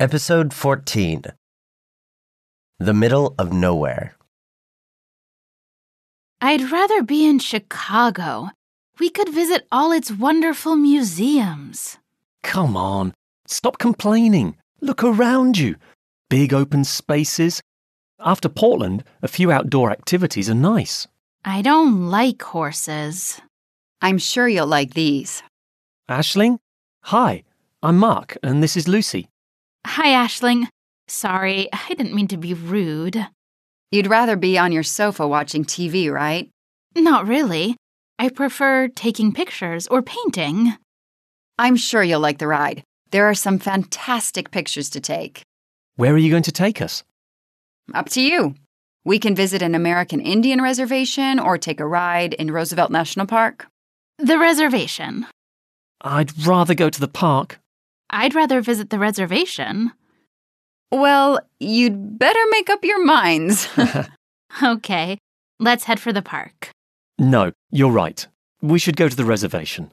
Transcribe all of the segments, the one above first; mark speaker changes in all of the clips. Speaker 1: Episode 14 The Middle of Nowhere.
Speaker 2: I'd rather be in Chicago. We could visit all its wonderful museums.
Speaker 3: Come on, stop complaining. Look around you. Big open spaces. After Portland, a few outdoor activities are nice.
Speaker 2: I don't like horses.
Speaker 4: I'm sure you'll like these.
Speaker 3: Ashling? Hi, I'm Mark, and this is Lucy.
Speaker 2: Hi, Ashling. Sorry, I didn't mean to be rude.
Speaker 4: You'd rather be on your sofa watching TV, right?
Speaker 2: Not really. I prefer taking pictures or painting.
Speaker 4: I'm sure you'll like the ride. There are some fantastic pictures to take.
Speaker 3: Where are you going to take us?
Speaker 4: Up to you. We can visit an American Indian reservation or take a ride in Roosevelt National Park.
Speaker 2: The reservation.
Speaker 3: I'd rather go to the park.
Speaker 2: I'd rather visit the reservation.
Speaker 4: Well, you'd better make up your minds.
Speaker 2: Okay, let's head for the park.
Speaker 3: No, you're right. We should go to the reservation.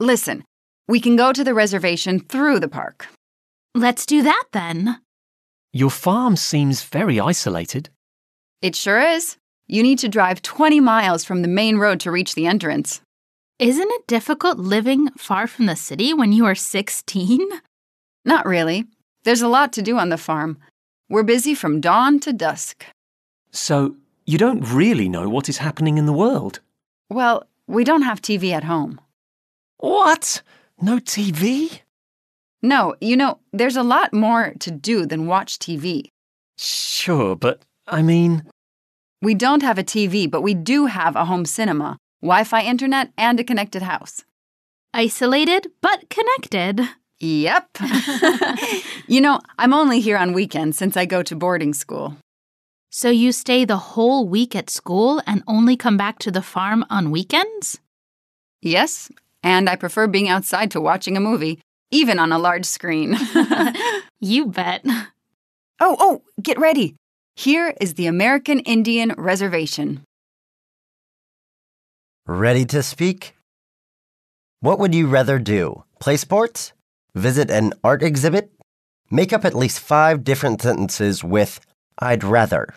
Speaker 4: Listen, we can go to the reservation through the park.
Speaker 2: Let's do that then.
Speaker 3: Your farm seems very isolated.
Speaker 4: It sure is. You need to drive 20 miles from the main road to reach the entrance.
Speaker 2: Isn't it difficult living far from the city when you are 16?
Speaker 4: Not really. There's a lot to do on the farm. We're busy from dawn to dusk.
Speaker 3: So, you don't really know what is happening in the world.
Speaker 4: Well, we don't have TV at home.
Speaker 3: What? No TV?
Speaker 4: No, you know, there's a lot more to do than watch TV.
Speaker 3: Sure, but I mean.
Speaker 4: We don't have a TV, but we do have a home cinema, Wi Fi internet, and a connected house.
Speaker 2: Isolated but connected.
Speaker 4: Yep. you know, I'm only here on weekends since I go to boarding school.
Speaker 2: So you stay the whole week at school and only come back to the farm on weekends?
Speaker 4: Yes, and I prefer being outside to watching a movie, even on a large screen. oh,
Speaker 2: You bet.
Speaker 4: oh, get ready. Here is the American Indian Reservation.
Speaker 1: Ready to speak? What would you rather do? Play sports? Visit an art exhibit? Make up at least five different sentences with I'd rather.